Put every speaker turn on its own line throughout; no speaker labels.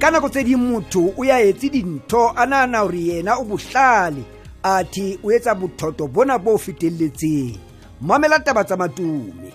ka nako tse ding motho o ya etse dintho a naana gore yena o botlhale athe o etsa bothoto bona bo o feteleletseng mamela taba tsa matume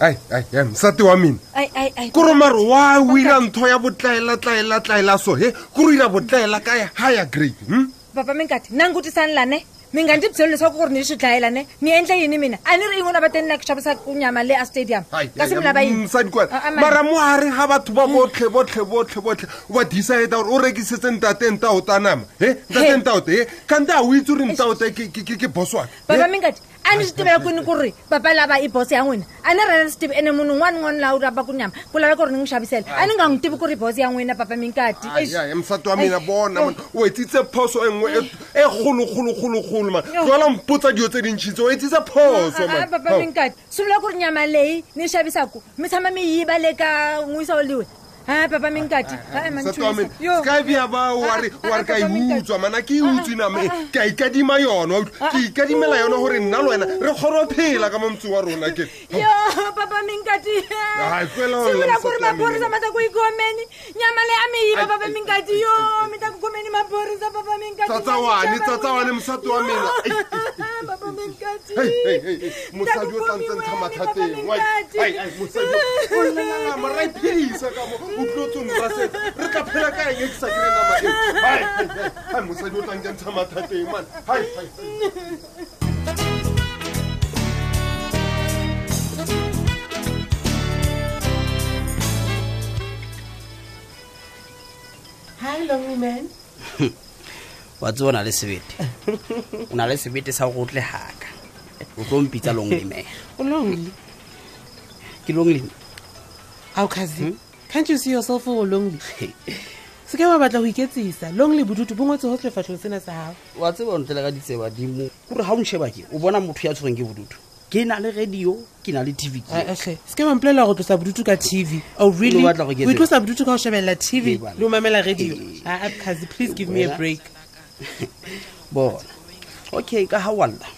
ai ai ai msati wa mina
ai ai ai
kore mare wa o ira ntho ya botlaela tlaela tlaela so he kore ira botlaela ka ya higher grade hm
papa minkati nangutisani lane mi nga ndzi byeli leswaku ku ri ni swi dlayela ne ni endle yini mina a ni ri yin'wana va teni na ku xavisa ku nyama le a stadium
Ai, ai,
kasi mi
ai,
lava yini
msadi kwana
Ah, ah, mani.
mara moare ga batho ba botlhe botlhe botlhe botlhe o ba disaeta gore o rekisetse ntatentaota nama he ntatentaota he kante a o itse gore ntaota ke boswane
papa minkati a ni swi tivela kwini ku ri papa lava i bosi ya n'wina a ni rhela ni swi tivi ene munhu un'wana n'wana laha u lava ku nyama ku lava ku ri ni n'wi xavisela a ni nga n'wi tivi ku ri i bosi ya n'wina papa minkati Eish.
msati wa mina
Ai,
bona
ai.
man o etsitse phoso e nngwe e- e gologologologolo man tlwala mpotsa dio tse dintšhitse o etsitse phoso
Ah, ah,
man
papa
Ao.
minkati swi vula ku ri nyama leyi ni yi xavisaka mi tshama mi yiva le ka n'wisoliwe a papa minkati Ah, ah, ma ni chuhisa. Yo.
skabiaba
Ah,
ware
ah,
ware ka e
papa Minkati.
utswa mana ke e utswe
ah,
name ke a ikadima yona wa utlwa? ke ikadimela yona gore nna le wena re kgorophela ka momotse wa rona ke
yo papa minkati
Ai, kwela wena,
sivula ku ri
msati wa
maphorisa
mina.
ma ta ku yi khomeni nyama leyi a mi yiva
Ai,
papa
ai,
minkati yo mi ta ku khomeni maphorisa papa minkati
Tsatsawane,
Nyama
tsatsawane,
leyi
msati wa
Yo,
mina. Ai,
Ah, papa minkati
Hei, hei, hei, hei,
Ni ta
mosadi
ku
o tla
khomi
ntshentsha
wena,
mathateng
Papa
wa-
Minkati.
Ai, ai, mosadi o- o llela nama, ra iphedisa ka mo utlotse nrasetsa re tla phela ka eng e ke sa kry nama eo? Ai, ai, ai, ai, mosadi o tla nkentsha mathateng man Ai, ai, ai.
hi lonely man
wa tseo o na le sebete o na le sebete sa gore o tle haka o tlo mpitsa longleme
o lonely
ke longleme
ao cousin
Hmm?
can't you see yourself o lonely se ke wa batla go iketsisa lonely bodutu bo ngwetse go tlefatlhong sena sa gago
wa tseba o ntlela ka ditseba dimo kore ga o nsheba ke o bona motho ya tshwereng ke bodutu ke na le radio ke na le tv ke
ae se ke mampolelela go tlosa bodutu ka tv o really
Eh, O batla go ke
o
tsebe?
itlosa bodutu ka go
Ee,
shebelela tv
bana.
le o mamela radio
Ee.
aa cousin please give me a
Wena-
break
bona okay ka ga walla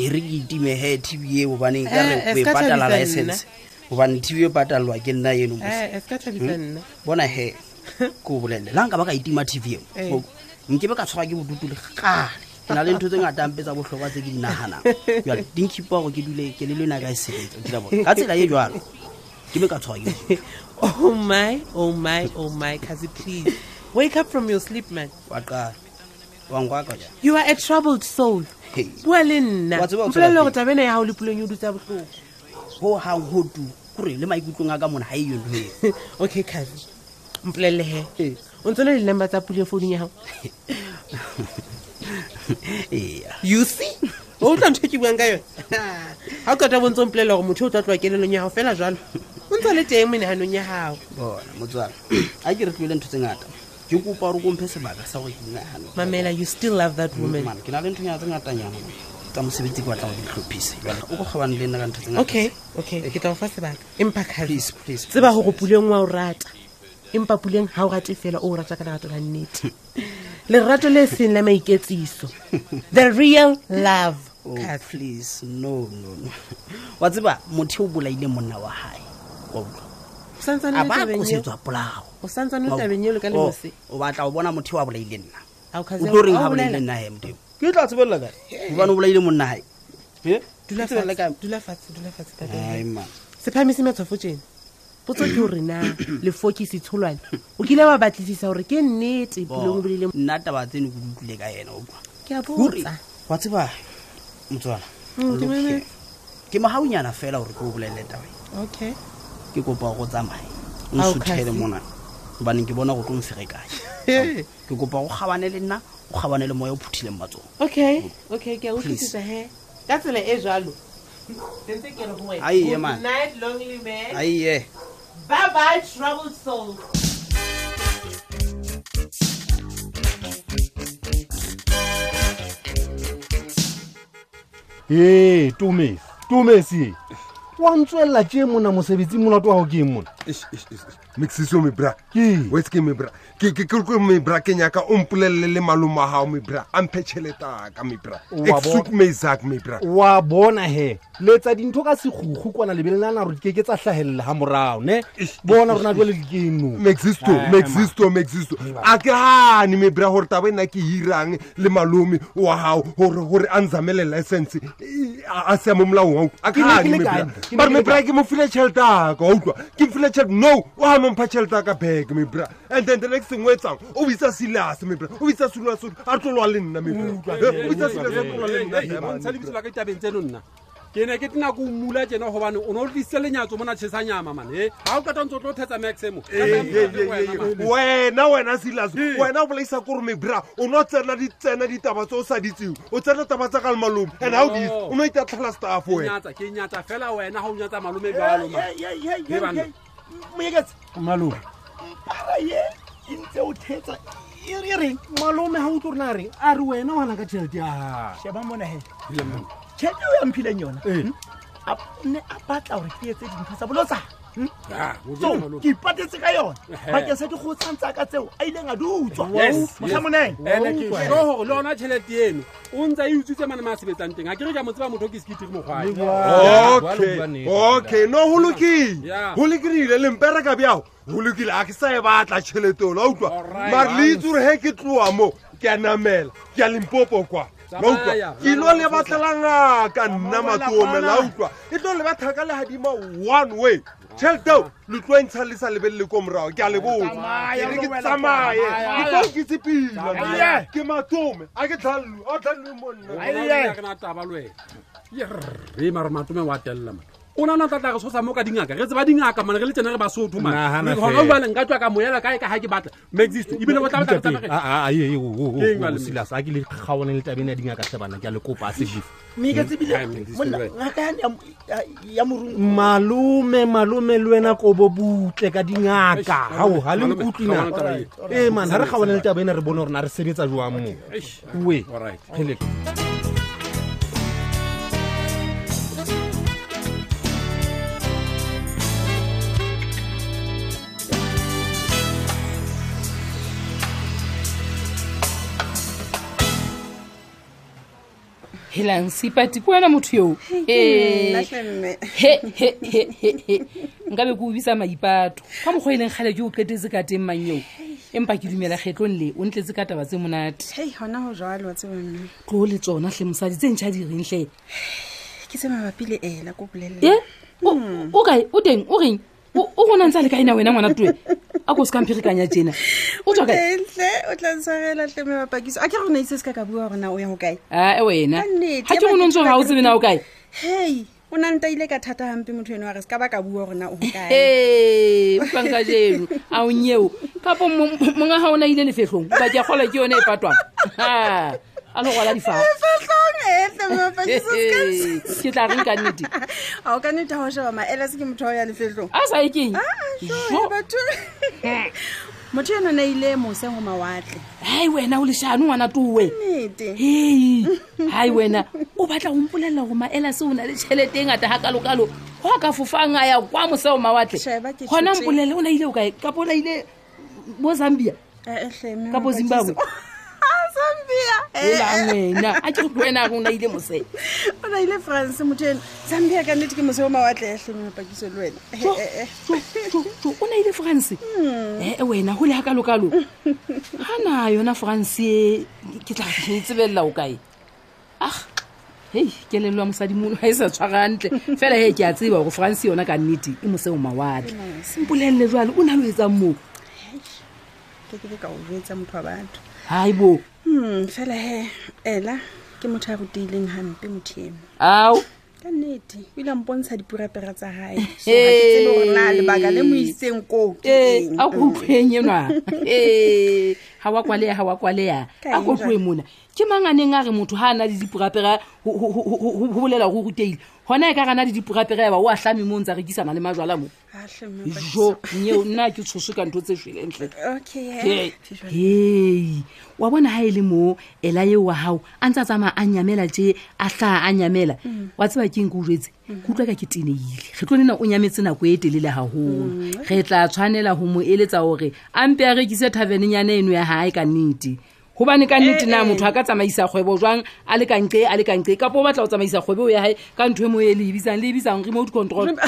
e re ke itimege tv e gobaneng
Eh,
kare o e
ska
patala
thabisa
license gobane tv e patalelwa ke nna eno mos
ae Eh, se ka thabisa
Hmm?
nna
bona he ke o bolelele la nka ba ka itima tv
Eh.
eo nkebe ka tshwara ke bodutu le kgale ke na le ntho tse ngatampe tsa botlhokwa tse ke di naganang jale dinkhipa gore ke dule ke le le naka e sebetsa o kila bona. ka tsela e jalo ke be ka tshwara ke bodutu.
oh my oh my oh my cousin please wake up from your sleep man
wa qala wankwaka jang
you are a troubled soul
Hey.
bua le nna
Wa tseba o tswela
mpolelele gore
pele.
tabena ya e gago le puleng yo dutsa botlhoko
ho hang ho tu kore le maikutlong a ka mona ga e yone
okay cousin mpolelele he
Ee.
o ntse o le di-number tsa pule founung ya gago
ea
you see o tla ntho e ke buang ka yone ga o kata bontse o mpolelela gore motho o tla tloa kelelong ya gago fela jalo o ntse o le teng menaganong ya gago
bona motswala a ke re tloele ntho tse ngata ke kopa gore komphe sebaka sa gore ke dinagano
mamela you still love that woman
Man, ke na le nthonyana tse ngatanyana tsa mosebetsi ke batla go di tlhophise Jwale o ka kgobane le nna ka ntho tse ngata.
okay okay ke tla go fa sebaka empa
mm.
cousin
Please, please,
tseba
please,
gore
please.
puleng wa o rata empa puleng ga o rate fela o o rata ka lerato la nnete lerato le seng la maiketsiso the real love
Oh,
Cousin.
please no no no wa tseba motho o bolaile monna wa gae
O santsane
a
le
ba
tabeng eo-
kosetswa polao
o santsane o tabeng eo le ka
Oh,
lemose
o batla o bona motho o a bolaile nna
Ao,
o
cousin,
tlo reng
ao
ga bolaile
bolela.
nna he modimo ke tla tsebelela kae obane o bolaile monna gae
Dula fatshe, dula fatshe dula fatshe tabeng eo.
man
se phamise matshwafo tsena potso ke gore na lefokisi tsholwane o kile wa batlisisa gore ke nnete puleng o bolile
nna taba tseno ke di utlwile ka ena o bua.
ke a
Kore,
botsa
wa tseba motswana
Mm, ke
look
mametse.
here. ke magaunyana fela gore ke o bolelele tabe
okay
ke kopa go tsamaye
Ao,
o suthele
Kasi.
mona gobaneng ke bona go tlo mferekanye ke kopa go kgabane le nna o kgabane le moya o phuthileng matsogo
okay okay ke a
Please.
utlwisisa he ka tsela e jalo sentse ke re ho wena.
Aiye,
Good
man.
night, lonely man.
aiye
bye bye troubled soul
ee tumesi tumesi wa ntswelela tee mona mosebetsing molato wa gago ke eng mona
mexiso mebra
Ke?
wetske mebra ke ke- ke- ke mebra ke nyaka o mpolelele le maloma gao mebra a mphe tšheletaka mebra
Wa
exuk mazak mebra
wa bona he letsa dintho ka sekgukgu kwana lebeleng la na gore di keke tsa tlhagelela ga morago ne
Eish,
bona rona jale dikenon
mexisto
Ah,
mexisto mexisto a ke gane mebra gore taba ena ke hirang le malome wa gago gore a nzamele license e, a a sea mo molaong ao a ke
Ke ne
gane
ke le
mebra
kae? Ke ne
bare
ke le
mebra ke mo file tšheletaka wa utlwa ke mofile tšhelete no o ga nompha tšheletaka back mebra and then the next thing o etsang o bitsa selase mebra o bitsa seloasoto a tlolwa le nna mebra Eh, o bitsa selase a tlolwa le nna
montsha
diamond, Mebra.
lebitso la ka ditabeng tseno nna ke ne ke tena ko mmula tjena gobane o ne o tlisitse lenyatso mo na tšhesanyama mane ga o katantse o tlo o thetsa maxemo
Ee,
eh,
ee, ee, ee. wena wena selas wena o bolaisa kore mebra o ne o tsena di- tsena ditaba tse o sa ditseng o tsena taba tsa ka le malome and ga o dis o ne o itatlhola staff wena
nyatsa ke nyatsa fela wena ga o nyatsa malome jalo man. Hei, banna.
malome mparaye e ntse o thetsa e re reng malome ga o tlo rena a reng a re wena wana ka tšhelete ya gago
shebang mona he tšhelete o yamphileng yona hmm? a ne a batla gore ke etse dintho tsa bolotsana hmm?
Ah,
so
hodimo malome.
ke ipatetse ka yona bakeng sa dikgotsang tsaka tseo a ileng a di utswa
Yes, yes.
motlhamoneng
ene ke sure gore le yona tšhelete eno o ntse e utswitse mane ma a sebetsang teng ga ke re ka mo tseba motho o ke sekitiri mokgwae
okay okay no go lokile
Yeah.
go lekerile lempere ka bjago go lokile a ke sa e batla tšhelete ola utlwa
Alright,
mare le itse gore ge ke tloa mo ke a namela ke a lempopo kwa la utlwa
Tsamaya.
ke lo le batlela ngaka nna matsomela utlwa e tlo le batha ka legadima one way tšheleteo le tlo e ntsha le sa lebelele ko morago ke a le botsa
Tsamaya,
ke re ke
Robela,
tsamaye ke
tsamaya.
tlo ke tsepila
Tsamaya.
ke matome a ke tlhalelo a tlhalelo mo nna
ke na taba le wena yerre mare matome wa telela mane o nana o tlatla re sosa mo ka dingaka re tseba dingaka mane re le tsene re basotho
Nahana
manegona
feela.
obale nka tswa ka moela kae ka ga ke batla maxisto ebile o tla
Ntate, ah,
batlae
a- a- a- ye- ye, o- o-
Ke
o- o-
eng, malome?
Silas, a ke le kgaone le tabeng ya dingaka tlhabana ke a le kopa a sedifo e
ngaka yane ya mo- ya- ya morung
malome malome le wena kobo butle ka dingaka
Eish,
gao ga le
malome,
nkutlwi
ga ona taba
na
e.
ee man ga re kgaone le taba ena re bone gorena re sebetsa jwang mo we
alright.
phele
helang seipati ke wena motho eo Ee. He, he, he, he, he. nkabe ke o bitsa maipato ka mokgwa e leng gale ke o qetetse ka teng mang eo empa ke dumela kgetlong le o ntletse ka taba tse monate
hei gona go jalo wa tsebonna
tlo le tsona tlhe mosadi tse ntšha direngtlhe
ke tse mabapi le ela ko
e
bolelela
O- o kae o teng o reng o o gona ntse a le kae na wena ngwana toe a ko o se kamphirekanya tsena o tswa kae
entle o tla ntshwarela tle mabapakiso a ke rona itse se ka ka bua gorena o ya go kae
ae wena
Ka nnete,
ga ke
ema
gone o ntse
ke
ga o
tla-
tsebe na o kae
hei o na ntaile ka thata gampe motho eno wa re se ka ba ka bua gorena o go kae
ee utlwang ka jeno a onyeo kapo mo- mo- monga ga o na ile lefetlhong ba ke a kgola ke yone e patwang Ha, a le gola difaga
fatlhong etle mabapakiso
ke tla reng ka nnete
ga o ka nnete ga o sheba maela se ke motho wa o ya lefelong
a sa e keng
Ah,
Jo.
batho motho eno na ile moseng go mawatle
hai wena o leshano ngwana towe
nnete
hei hai wena o batla go mpolelela go maela se o na le tšhelete e ngata ga kalokalo go a ka fofang a ya kwa moseo mawatle
Sheba ke
gona
tshotse.
mpolelele o naile o kae kapo o naile mo zambia
etleme
Kapo Zimbabwe.
Eh, zambia
elang wena a ke wena re o naile moseo
o na ile france motho eno zambia ka nnete ke mose o mawatle etleme mapakiso le wena
Jo,
Eh, eh, eh.
jo, jo, jo, o ne e ile france
Hmm.
ee Eh, wena go le ga kalokalo ga na yona france e ke tla e tsebelela o kae ah hei kelelelwa mosadi mono ga e sa tshwarantle fela he ke a tseba gore france yona ka nnete e moseo mawatle mpolelele jale o na le o etsang moo
ke kebe ka o jetsa motho wa batho
hai bo
Hmm, fela he ela ke motho a ruteileng hampe motho eno
ao
ka nnete o ile a mpontsha dipurapera tsa gae so ga ke tsebe gore na lebaka le mo iseng koo
Eh,
ke
ee
mm.
eng.
a ko utlweng enwa ee ga wa kwaleya ga wa kwaleya
Kae
a ko
jwale?
utlwe mona ke manganeng a re motho ga a na le dipurapera ho ho- ho- ho- ho- ho bolela go ruteile gona e ka gana le dipurapera eba o a tlhame mo o ntse a rekisana le majala mo
Ah, hle, mme
jo nyeo nna ha ke tshoswe ka ntho tse shwelentle
Pakiso. okay he. Ke jwale.
hei wa bona ga e le moo ela eo wa gago a ntse a tsamaya a nyamela tse a tlhaa a nyamela wa tseba ke eng ke o jetse ke utlwa ka ke teneile ge tlo le nako o nyametse nako e telele gagolo re tla tshwanela go mo eletsa gore a mpe a rekise thabeneng yana eno ya gae ka nnete gobane ka nnete na motho a ka tsamaisa kgwebo jwang a le kanqe a le kanqe kapo o batla go tsamaisa kgwebo ya gae ka ntho e mo e le ebitsang le ebitsang remote control
ga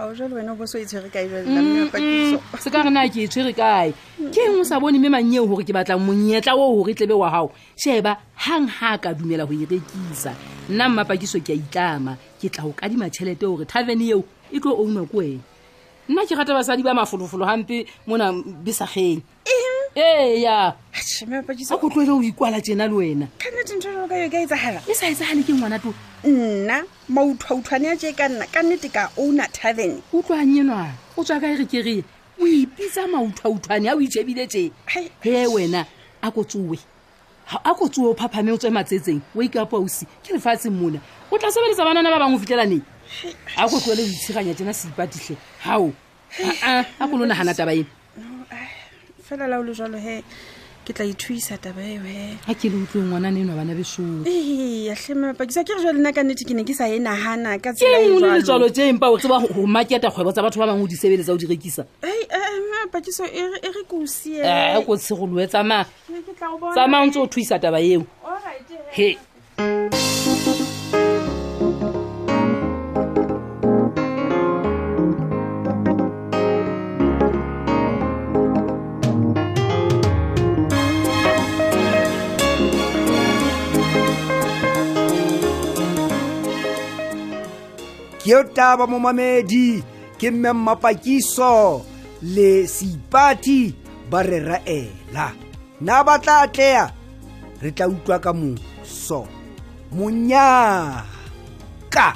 o jale wena o bo se o itshwere ka
Mm-mm. se ka rena ke e tshwere kae ke eng o sa bone mme mannyeo gore ke batla monyetla oo gore e tlebe wa gago sheba gang ga a ka dumela go e rekisa nna mmapakiso ke a itlama ke tla go kadima tšhelete gore thavene eo e tlo ounwa ko wena nna ke rata basadi ba mafolofolo gampe mona besageng eya a ko tloele go ikwala tsena le wena
kannete ntho jalo ka yo ka etsagala
e sa etsagale ke ngwana to
nna mauthwautshwane a tje ka nna kannete ka owna tavern
utlwanyenwa o tswa kae re kereye o ipitsa mautlhwautlhwane a o itšhebile tse he wena a ko tsowe Ha- a ko tsowe o phaphame o tswe matsetseng o ikapausi ke lefatsheng mona o tla sebeletsa banana ba bangwe o fitlhelaneng a ko tloele o itshiganya tsena seipatitlhe gao a ko lo nagana taba eno
fela la o le jalo he ke tla ithuisa taba eo he
ga ke le utlwe ngwanane eno a bana besoo
eatlhemapakisa ke re jale nna kannete ke ne ke sa e nagana ka
ke
tsela e
engwe le
jwalo.
letswalo tse empa o tseba go maketa kgwebo tsa batho ba bangwe o di sebeletsa o di rekisa
Hei, eh, eh, mma pakiso e re e re ke o sie
e ko tshegoloe tsamaya tsamaya o ntse o thuisa taba eo he
ke yo taba momamedi ke mme mmapakiso le seipati ba re raela na ba tla atleya re tla utlwa ka moso monyaka